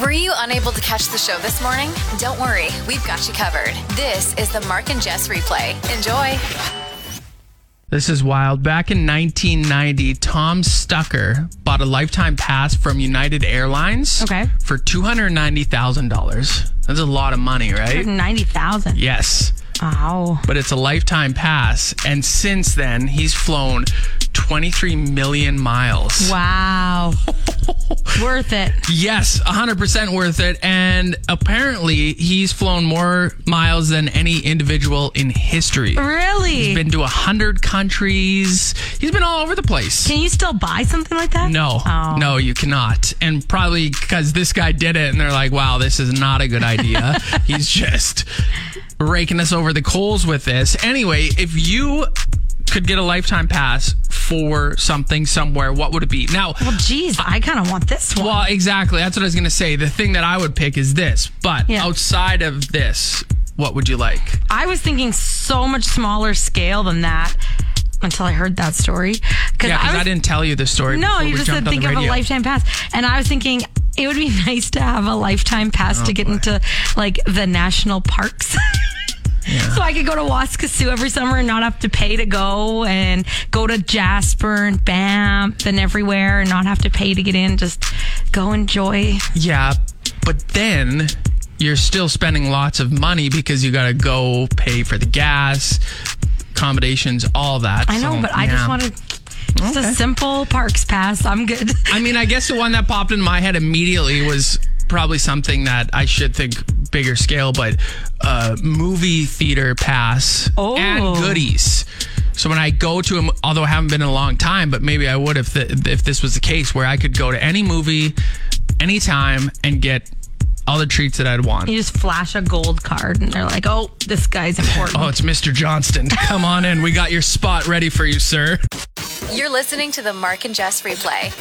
Were you unable to catch the show this morning? Don't worry, we've got you covered. This is the Mark and Jess replay. Enjoy. This is wild. Back in 1990, Tom Stucker bought a lifetime pass from United Airlines Okay. for $290,000. That's a lot of money, right? 90,000. Yes, Wow. but it's a lifetime pass. And since then, he's flown 23 million miles. Wow. Worth it. Yes, 100% worth it. And apparently, he's flown more miles than any individual in history. Really? He's been to 100 countries, he's been all over the place. Can you still buy something like that? No, Oh. no, you cannot. And probably because this guy did it, and they're like, "Wow, this is not a good idea." He's just raking us over the coals with this. Anyway, if you could get a lifetime pass for something somewhere, what would it be? Now, Well, geez, I kind of want this one. well, exactly. That's what I was gonna say. The thing that I would pick is this, but Yeah. outside of this, what would you like? I was thinking so much smaller scale than that until I heard that story. Yeah, because was- I, didn't tell you the story. No, before you we just jumped said on think the of a radio. lifetime pass. And I was thinking it would be nice to have a lifetime pass Oh, to get into like the national parks. So I could go to Waskasu every summer and not have to pay to go and go to Jasper and Banff and everywhere and not have to pay to get in. Just go enjoy. Yeah, but then you're still spending lots of money because you got to go pay for the gas, accommodations, all that. I know, So, but I just yeah. want to just a simple parks pass. I'm good. I mean, I guess the one that popped in my head immediately was probably something that I should think bigger scale, but uh, movie theater pass Oh. and goodies. So when I go to them, although I haven't been in a long time, but maybe I would if the, if this was the case, where I could go to any movie, anytime, and get all the treats that I'd want. You just flash a gold card and they're like, oh, this guy's important. Oh, it's Mr. Johnston. Come on in. We got your spot ready for you, sir. You're listening to the Mark and Jess replay.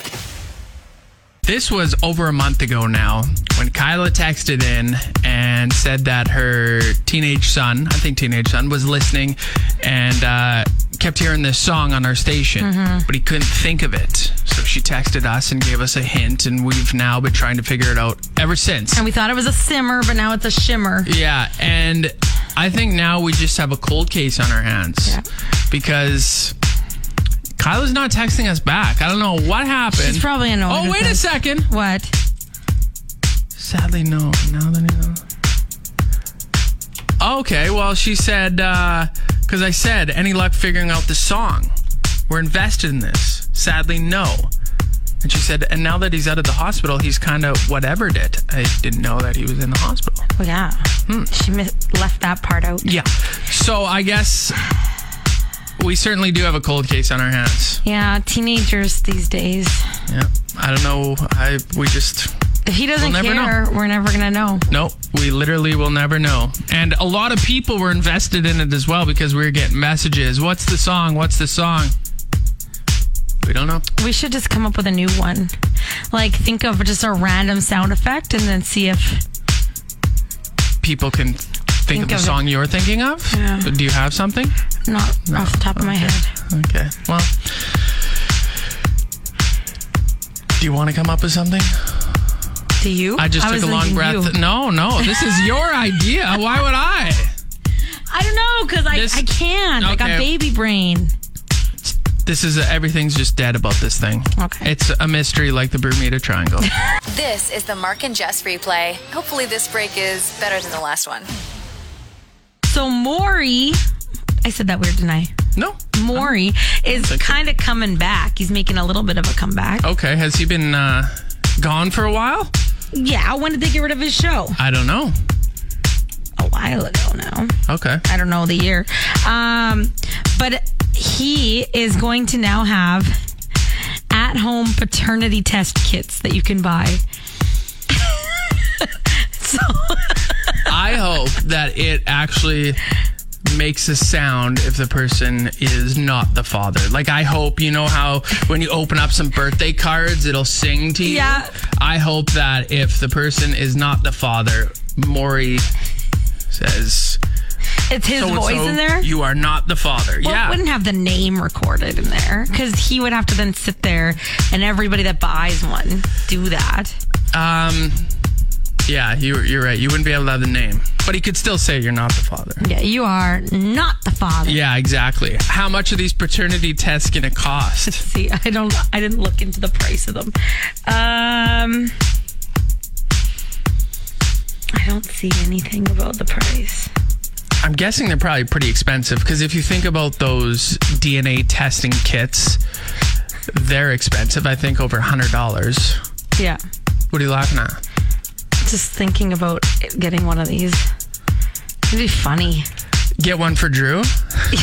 This was over a month ago now when Kyla texted in and said that her teenage son, I think teenage son, was listening and uh, kept hearing this song on our station, but he couldn't think of it. So she texted us and gave us a hint, and we've now been trying to figure it out ever since. And we thought it was a simmer, but now it's a shimmer. Yeah, and I think now we just have a cold case on our hands Yeah. because Kyla's not texting us back. I don't know what happened. She's probably annoyed Oh, with wait a us. second. What? Sadly, no. Now that I know. Okay, well, she said, because I said, any luck figuring out the song? We're invested in this. Sadly, no. And she said, and now that he's out of the hospital, he's kind of whatevered it. I didn't know that he was in the hospital. Well, yeah. Hmm. She mis- left that part out. Yeah. So I guess we certainly do have a cold case on our hands. Yeah, teenagers these days. Yeah. I don't know. I we just If he doesn't We'll never care, we're never going to know. no. We literally will never know. And a lot of people were invested in it as well because we were getting messages. What's the song? What's the song? We don't know. We should just come up with a new one. Like, think of just a random sound effect and then see if. People can think, Think of the of it. song you're thinking of. Yeah. Do you have something? Not off the top of my head. Okay. Well. Do you want to come up with something? Do you? I just was took a long thinking breath. you. No, no, this is your idea. Why would I? I don't know, because I, This- I can. I got Okay. baby brain. This is everything's just dead about this thing. Okay. it's a mystery like the Bermuda Triangle. This is the Mark and Jess replay. Hopefully, this break is better than the last one. So, Maury. I said that weird, didn't I? no. Maury is think so. kind of coming back. He's making a little bit of a comeback. Okay, has he been uh, gone for a while? Yeah, when did they get rid of his show? I don't know. A while ago now. Okay. I don't know the year. Um, but he is going to now have at at home paternity test kits that you can buy. so, I hope that it actually makes a sound if the person is not the father. Like I hope you know how when you open up some birthday cards it'll sing to you. Yeah. I hope that if the person is not the father, Maury says it's his "So-and-so, voice in there. You are not the father. Well, yeah. it wouldn't have the name recorded in there because he would have to then sit there and everybody that buys one do that. Um yeah, you you're right. You wouldn't be able to have the name. But he could still say you're not the father. Yeah, you are not the father. Yeah, exactly. How much are these paternity tests going to cost? See, I don't, I didn't look into the price of them. Um, I don't see anything about the price. I'm guessing they're probably pretty expensive because if you think about those DNA testing kits, they're expensive. I think over $100. Yeah, What are you laughing at? just thinking about it- getting one of these. It'd be funny. Get one for Drew?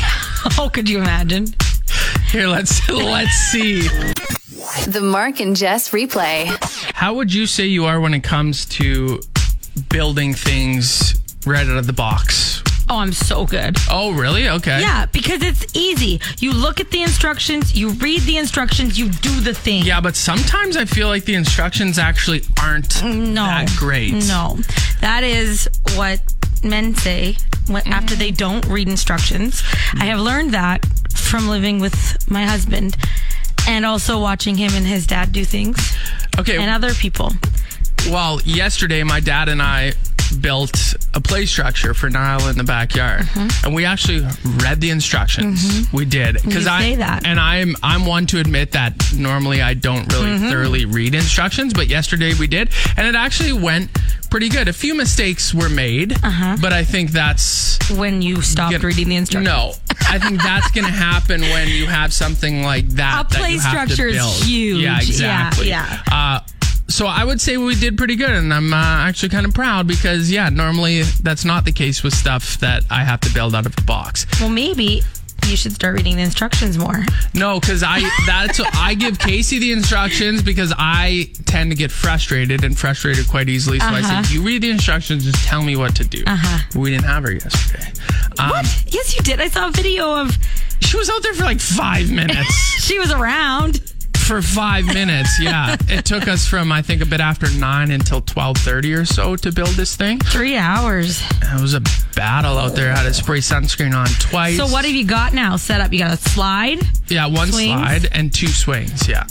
Oh, could you imagine? Here, let's let's see. The Mark and Jess replay. How would you say you are when it comes to building things right out of the box? Oh, I'm so good. Oh, really? Okay. Yeah, because it's easy. You look at the instructions, you read the instructions, you do the thing. Yeah, but sometimes I feel like the instructions actually aren't Mm, no, that great. No, that is what men say when, after they don't read instructions. I have learned that from living with my husband and also watching him and his dad do things Okay. and other people. Well, yesterday my dad and I built a play structure for Niall in the backyard, and we actually read the instructions. We did Mm-hmm. You I say that. and I'm I'm one to admit that normally I don't really Mm-hmm. thoroughly read instructions, but yesterday we did, and it actually went pretty good. A few mistakes were made, Uh-huh. but I think that's When you stopped gonna- reading the instructions, No, I think that's going to happen when you have something like that. A that play you have to structure is build. huge. Yeah, Yeah, exactly. yeah. Uh, so I would say we did pretty good, and I'm uh, actually kind of proud because yeah, normally that's not the case with stuff that I have to build out of the box. Well, maybe you should start reading the instructions more. No, because I that's I give Casey the instructions because I tend to get frustrated and frustrated quite easily. So I Uh-huh. said, "You read the instructions, just tell me what to do." Uh-huh. We didn't have her yesterday. Um, what? Yes, you did. I saw a video of She was out there for like five minutes. she was around. for five minutes. Yeah, it took us from I think a bit after nine until twelve thirty or so to build this thing. Three hours. It was a battle out there. I had to spray sunscreen on twice. So what have you got now set up? You got a slide, Yeah, one swings? slide and two swings. Yeah.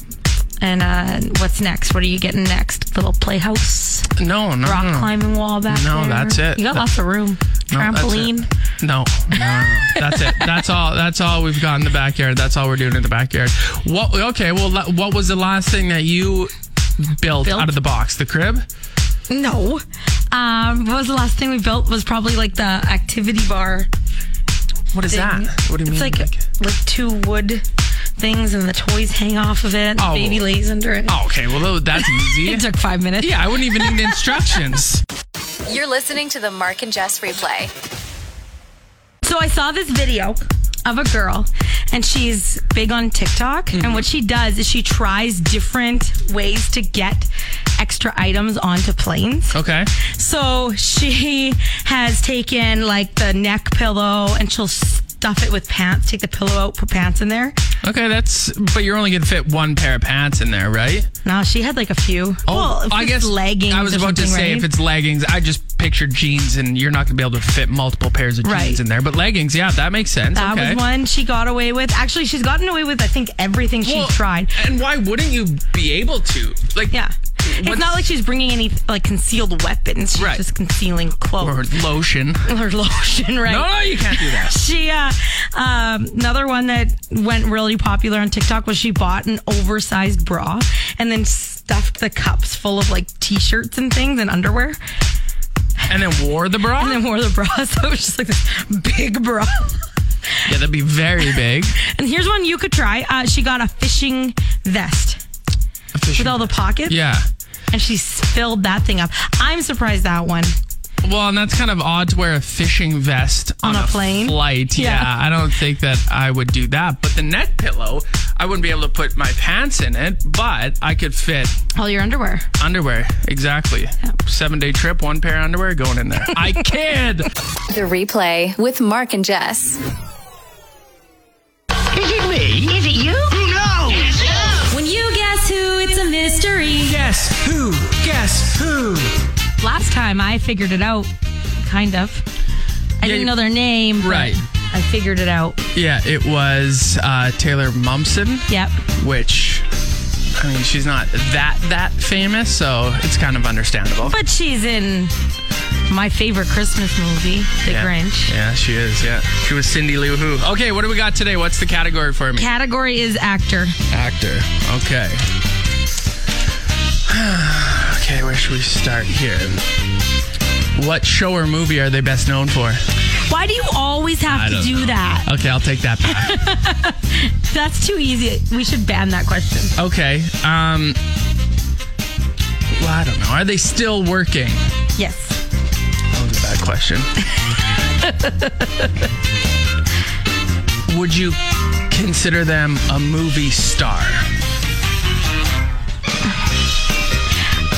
and uh, what's next? What are you getting next? Little playhouse, No, no, rock no, no. climbing wall back Hmm. No, there. that's it. You got That- lots of room. No, that's it. Trampoline. No, no, no, no. that's it. That's all. That's all we've got in the backyard. That's all we're doing in the backyard. What? Okay. Well, la- what was the last thing that you built, Built? out of the box? The crib. No. Um, what was the last thing we built? Was probably like the activity bar. What is thing. that? What do you It's mean? like like two wood things, and the toys hang off of it. Oh. The baby lays under it. oh, okay. Well, that's easy. It took five minutes. yeah, I wouldn't even need instructions. You're listening to the Mark and Jess replay. So I saw this video of a girl and she's big on TikTok and Mm-hmm. what she does is she tries different ways to get extra items onto planes. Okay. So she has taken like the neck pillow and she'll stuff it with pants, take the pillow out, put pants in there. Okay, that's but you're only gonna fit one pair of pants in there, right? No, she had like a few. well, if it's leggings. Oh, I was or about to something, say right? if it's leggings, I just picture jeans, and you're not gonna be able to fit multiple pairs of Right. jeans in there. But leggings, yeah, that makes sense. that okay. was one she got away with. Actually, she's gotten away with I think everything Well, she's tried. And why wouldn't you be able to? Like, Yeah. what's- It's not like she's bringing any like concealed weapons. She's Right. just concealing or clothes lotion. or, lotion, right? No, no, you can't do that. She uh, um, another one that went really popular on TikTok was she bought an oversized bra and then stuffed the cups full of like t-shirts and things and underwear And then wore the bra. and then wore the bra. So it was just like this big bra. yeah, that'd be very big. And here's one you could try. Uh, she got a fishing vest with all the pockets, yeah. and she filled that thing up. I'm surprised that one Well, and that's kind of odd to wear a fishing vest On on, a plane? Flight, yeah. Yeah. I don't think that I would do that. But the neck pillow, I wouldn't be able to put my pants in it, but I could fit All your underwear. underwear. Exactly. Seven day trip, one pair of underwear going in there. I kid. The replay with Mark and Jess. Is it me? Is it you? No! When you guess who, it's a mystery. Guess who? Guess who? Last time I figured it out, kind of. I you- didn't know their name. but Right. I figured it out. Yeah, it was uh, Taylor Momsen. Yep. Which, I mean, she's not that that famous, so it's kind of understandable. But she's in my favorite Christmas movie, The yeah. Grinch. Yeah, she is. Yeah, she was Cindy Lou Who. Okay, what do we got today? What's the category for me? Category is actor. Actor. Okay. okay, where should we start here? What show or movie are they best known for? Why do you always have to don't do that? Okay, I'll take that back. That's too easy. We should ban that question. okay. Um. Well, I don't know. Are they still working? Yes. That was a bad question. Would you consider them a movie star?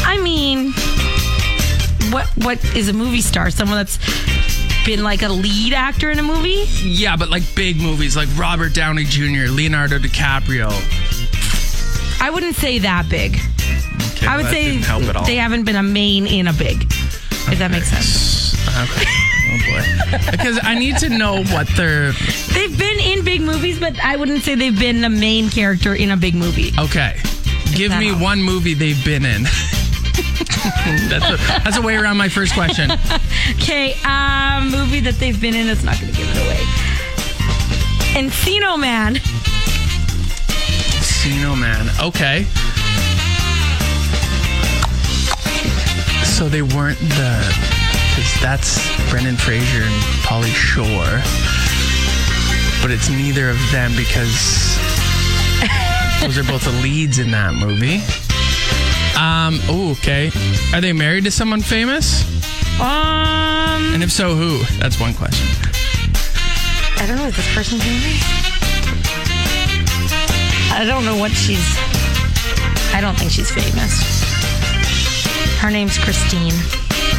I mean, what what is a movie star? Someone that's been like a lead actor in a movie? Yeah, but like big movies like Robert Downey Jr., Leonardo DiCaprio. I wouldn't say that big. Okay, I would that say didn't help at all. they haven't been a main in a big. If that makes sense. Okay. Oh boy. Because I need to know what they're They've been in big movies, but I wouldn't say they've been the main character in a big movie. Okay. Give that me helps. one movie they've been in. that's, a, that's a way around my first question. Okay, um, movie that they've been in. It's not going to give it away. Encino Man. Encino Man. Okay. So they weren't the. Because that's Brendan Fraser and Polly Shore. But it's neither of them because those are both the leads in that movie. Um, oh, okay. Are they married to someone famous? Um, And if so, who? That's one question. I don't know. Is this person famous? I don't know what she's. I don't think she's famous. Her name's Christine.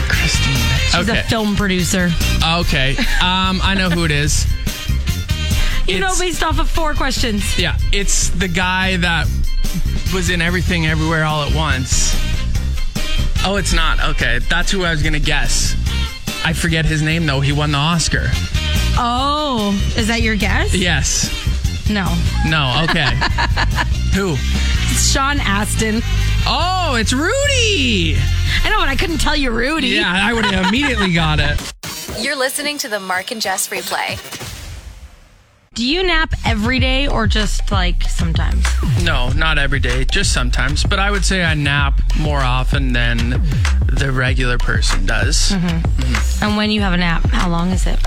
Christine. She's okay. a film producer. okay. Um, I know who it is. You know, It's- based off of four questions. Yeah, it's the guy that was in everything everywhere all at once. Oh, it's not. Okay, that's who I was gonna guess. I forget his name though. He won the Oscar. Oh, is that your guess? Yes. No. No. Okay. who? It's Sean Astin. Oh, it's Rudy. I know, but I couldn't tell you Rudy. Yeah, I would have immediately got it. You're listening to the Mark and Jess replay. Do you nap every day or just like sometimes? No, not every day, just sometimes. But I would say I nap more often than the regular person does. And when you have a nap, how long is it?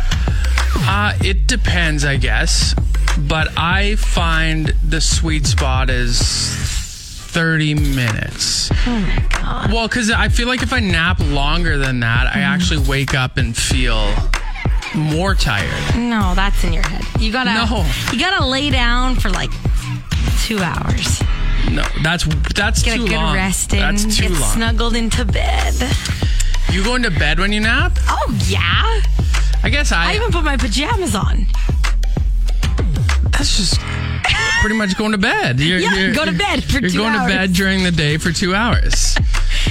Uh, it depends, I guess. But I find the sweet spot is 30 minutes. Oh my God. Well, because I feel like if I nap longer than that, Mm-hmm. I actually wake up and feel more tired. No, that's in your head. You gotta No. you gotta lay down for like two hours. No, that's that's Get too a good long. rest in. That's too get long. snuggled into bed. You going to bed when you nap? Oh yeah. I guess I. I even put my pajamas on. that's just pretty much going to bed. You're, Yeah, you're- go to bed for You're two going hours. to bed during the day for two hours.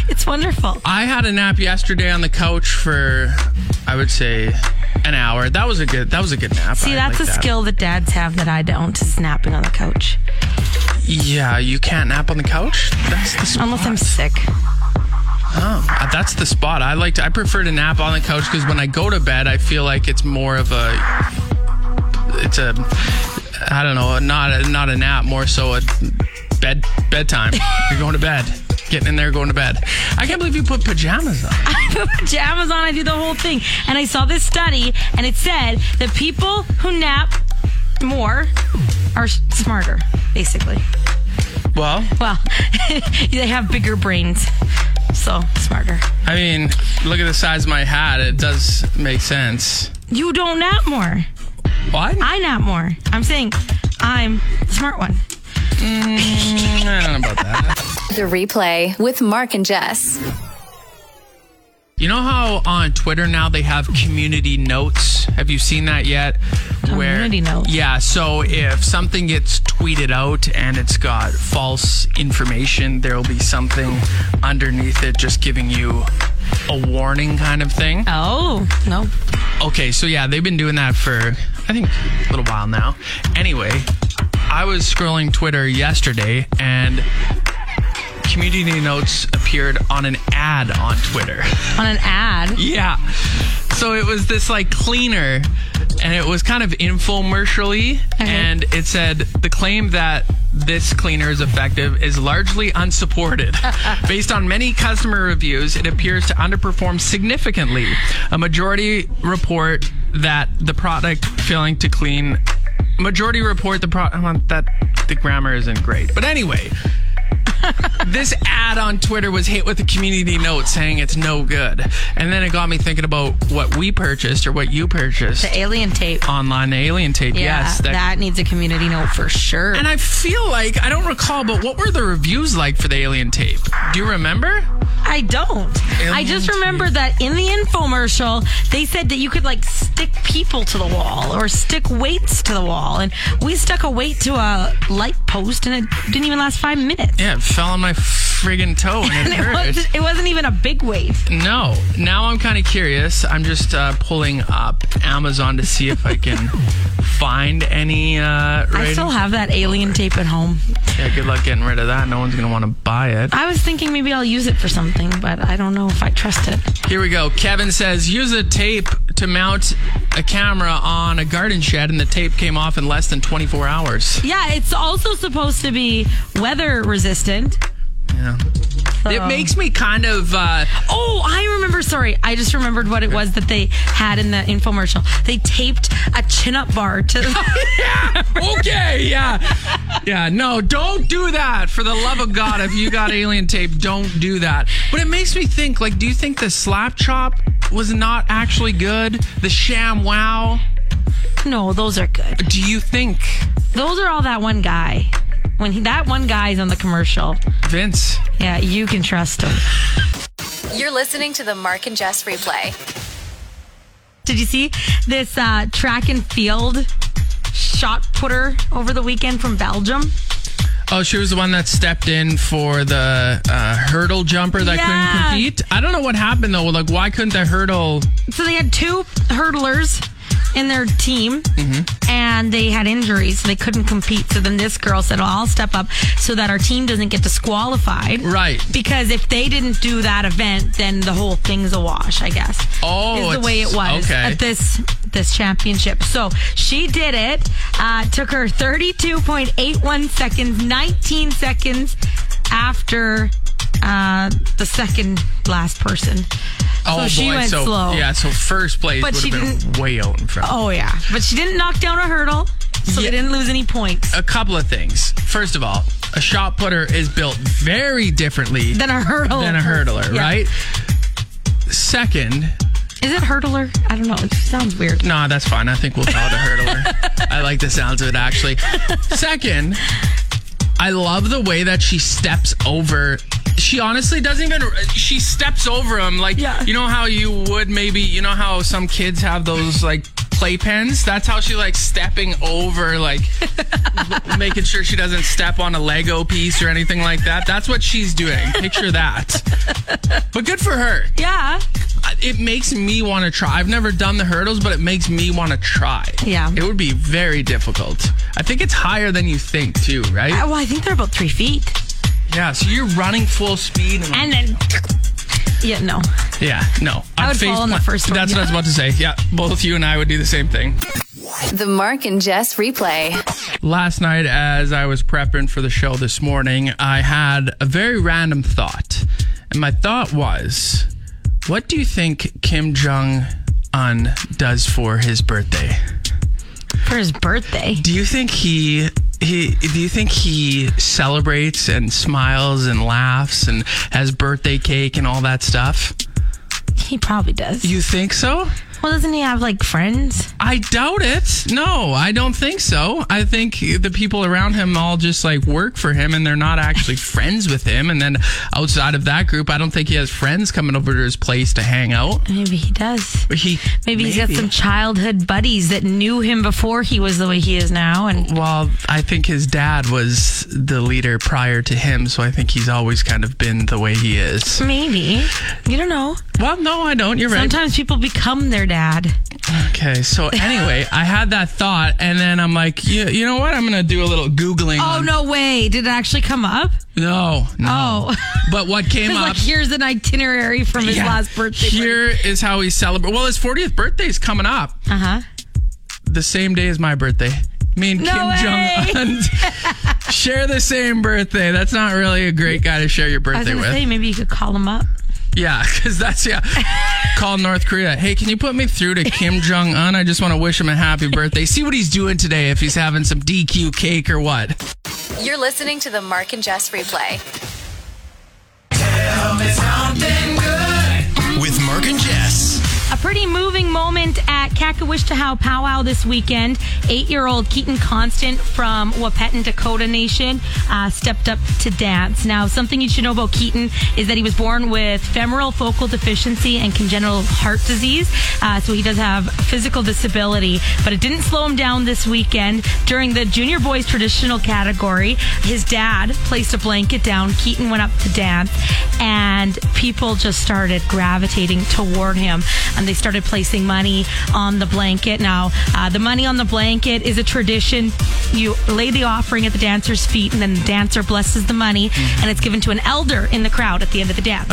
It's wonderful. I had a nap yesterday on the couch for I would say an hour. That was a good that was a good nap. See, I that's like a that. skill that dads have that I don't is napping on the couch. Yeah, you can't nap on the couch. That's the spot. Unless I'm sick. Uh, That's the spot. I like to, I prefer to nap on the couch because when I go to bed, I feel like it's more of a it's a I don't know, not a, not a nap, more so a bed bedtime. You're going to bed. Getting in there, going to bed. I can't believe you put pajamas on. I put pajamas on, I do the whole thing. And I saw this study, and it said that people who nap more are s- smarter, basically. Well, Well, they have bigger brains. So so smarter. I mean, look at the size of my hat. It does make sense. You don't nap more. What? I nap more. I'm saying I'm the smart one. I don't know about that. The replay with Mark and Jess. You know how on Twitter now they have community notes? Have you seen that yet? Community notes? Yeah, so if something gets tweeted out and it's got false information, there'll be something underneath it just giving you a warning kind of thing. Oh, no. Okay, so yeah, they've been doing that for I think a little while now. Anyway, I was scrolling Twitter yesterday and community notes appeared on an ad on Twitter. On an ad. yeah. So it was this like cleaner and it was kind of infomercially and it said the claim that this cleaner is effective is largely unsupported. Based on many customer reviews, it appears to underperform significantly. A majority report that the product failing to clean majority report the pro um, that the grammar isn't great. But anyway, this ad on Twitter was hit with a community note saying it's no good. And then it got me thinking about what we purchased or what you purchased The alien tape. online the alien tape. Yeah, yes. that, needs a community note for sure. and I feel like I don't recall, but what were the reviews like for the alien tape? Do you remember? I don't. I Alien just tape. remember that in the infomercial, they said that you could like stick people to the wall or stick weights to the wall. And we stuck a weight to a light post and it didn't even last five minutes. Yeah, it fell on my friggin' toe and it And it, hurt. wasn't, it wasn't even a big weight. No. Now I'm kind of curious. I'm just uh, pulling up Amazon to see if I can find any. Uh, I still ratings. have that alien tape at home. Yeah, good luck getting rid of that. No one's gonna want to buy it. I was thinking maybe I'll use it for something, but I don't know if I trust it. Here we go. Kevin says use a tape to mount a camera on a garden shed, and the tape came off in less than 24 hours. Yeah, it's also supposed to be weather resistant. Yeah. It So- makes me kind of. Uh, Oh, I remember. Sorry, I just remembered what it was that they had in the infomercial. They taped a chin up bar to. okay, yeah. Yeah, no, don't do that. For the love of God, if you got alien tape, don't do that. But it makes me think like, do you think the slap chop was not actually good? The sham wow? no, those are good. Do you think, Those are all that one guy. When he, that one guy's on the commercial, Vince? yeah, you can trust him. You're listening to the Mark and Jess replay. Did you see this uh, track and field shot putter over the weekend from Belgium? Oh, she was the one that stepped in for the uh, hurdle jumper that Yeah. couldn't compete. I don't know what happened though. Like, why couldn't the hurdle? So they had two hurdlers in their team, Mm-hmm. and they had injuries, so they couldn't compete. So then this girl said, well, "I'll step up so that our team doesn't get disqualified." Right. Because if they didn't do that event, then the whole thing's a wash. I guess. Oh, is the it's- way it was okay. at this this championship. So she did it. Uh, took her thirty-two point eight one seconds, nineteen seconds after uh, the second last person. Oh so she boy! went so slow. yeah, so first place But would she have been way out in front. Oh yeah, but she didn't knock down a hurdle, so Yeah. they didn't lose any points. a couple of things. First of all, a shot putter is built very differently Then a hurdle. than a hurdler, Yeah. right? Second, Is it hurdler? I don't know. It sounds weird. nah, that's fine. I think we'll call it a hurdler. I like the sounds of it actually. Second, I love the way that she steps over. She honestly doesn't even. She steps over him like Yeah. you know how you would maybe you know how some kids have those like playpens. That's how she like stepping over like l- making sure she doesn't step on a Lego piece or anything like that. That's what she's doing. Picture that. But good for her. Yeah. I- it makes me want to try. I've never done the hurdles, but it makes me want to try. Yeah. It would be very difficult. I think it's higher than you think, too, right? Uh, Well, I think they're about three feet. yeah, so you're running full speed. And, And then, yeah, no. yeah, no. I would I'm fall in the plant- first one, That's yeah. what I was about to say. Yeah, both you and I would do the same thing. The Mark and Jess replay. Last night, as I was prepping for the show this morning, I had a very random thought. And my thought was, what do you think Kim Jong un does for his birthday? For his birthday. Do you think he he do you think he celebrates and smiles and laughs and has birthday cake and all that stuff? He probably does. You think so? well, doesn't he have like friends? I doubt it. No, I don't think so. I think the people around him all just like work for him and they're not actually friends with him. And then outside of that group, I don't think he has friends coming over to his place to hang out. Maybe he does. But He Maybe, he's got maybe. some childhood buddies that knew him before he was the way he is now. And Well, I think his dad was the leader prior to him, so I think he's always kind of been the way he is. maybe. You don't know. Well, no, I don't. You're right. Sometimes people become their dad. Okay, so anyway, I had that thought, and then I'm like, you, you know what? I'm gonna do a little googling. Oh, on- no way. Did it actually come up? no, no. Oh. Um, But what came 'Cause, up? like, here's an itinerary from his Yeah. last birthday. Here is how he celebrates. Well, his 40th birthday is coming up Uh huh. the same day as my birthday. Me and No Kim Jong Un share the same birthday. That's not really a great guy to share your I was birthday going with. to say, maybe you could call him up. Yeah, because that's yeah. Call North Korea. Hey, can you put me through to Kim Jong Un? I just want to wish him a happy birthday. See what he's doing today. If he's having some DQ cake or what. You're listening to the Mark and Jess replay. With Mark and Jess. A pretty moving moment at Kakawishtahow Powwow this weekend. Eight-year-old Keaton Constant from Wapetan Dakota Nation uh, stepped up to dance. Now, something you should know about Keaton is that he was born with femoral focal deficiency and congenital heart disease, uh, so he does have physical disability. But it didn't slow him down this weekend. During the junior boys traditional category, his dad placed a blanket down. Keaton went up to dance, and people just started gravitating toward him. And they started placing money on the blanket. Now, uh, the money on the blanket is a tradition. You lay the offering at the dancer's feet, and then the dancer blesses the money, and it's given to an elder in the crowd at the end of the dance.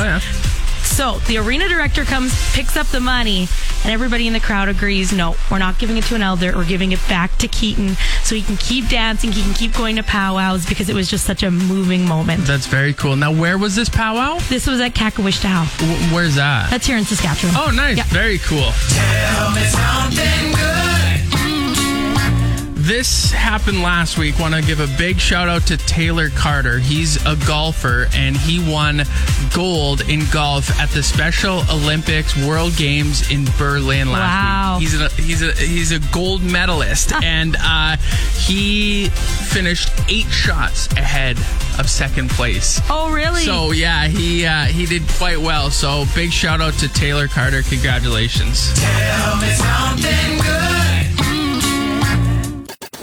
So the arena director comes, picks up the money, and everybody in the crowd agrees no, we're not giving it to an elder. We're giving it back to Keaton so he can keep dancing, he can keep going to powwows because it was just such a moving moment. That's very cool. Now, where was this powwow? This was at Kakawishtahow. W- where's that? That's here in Saskatchewan. Oh, nice. Yeah. Very cool. This happened last week. Want to give a big shout out to Taylor Carter. He's a golfer and he won gold in golf at the Special Olympics World Games in Berlin Wow. last week. He's a, he's a he's a gold medalist and uh, he finished eight shots ahead of second place. Oh, really? So yeah, he uh, he did quite well. So big shout out to Taylor Carter. Congratulations.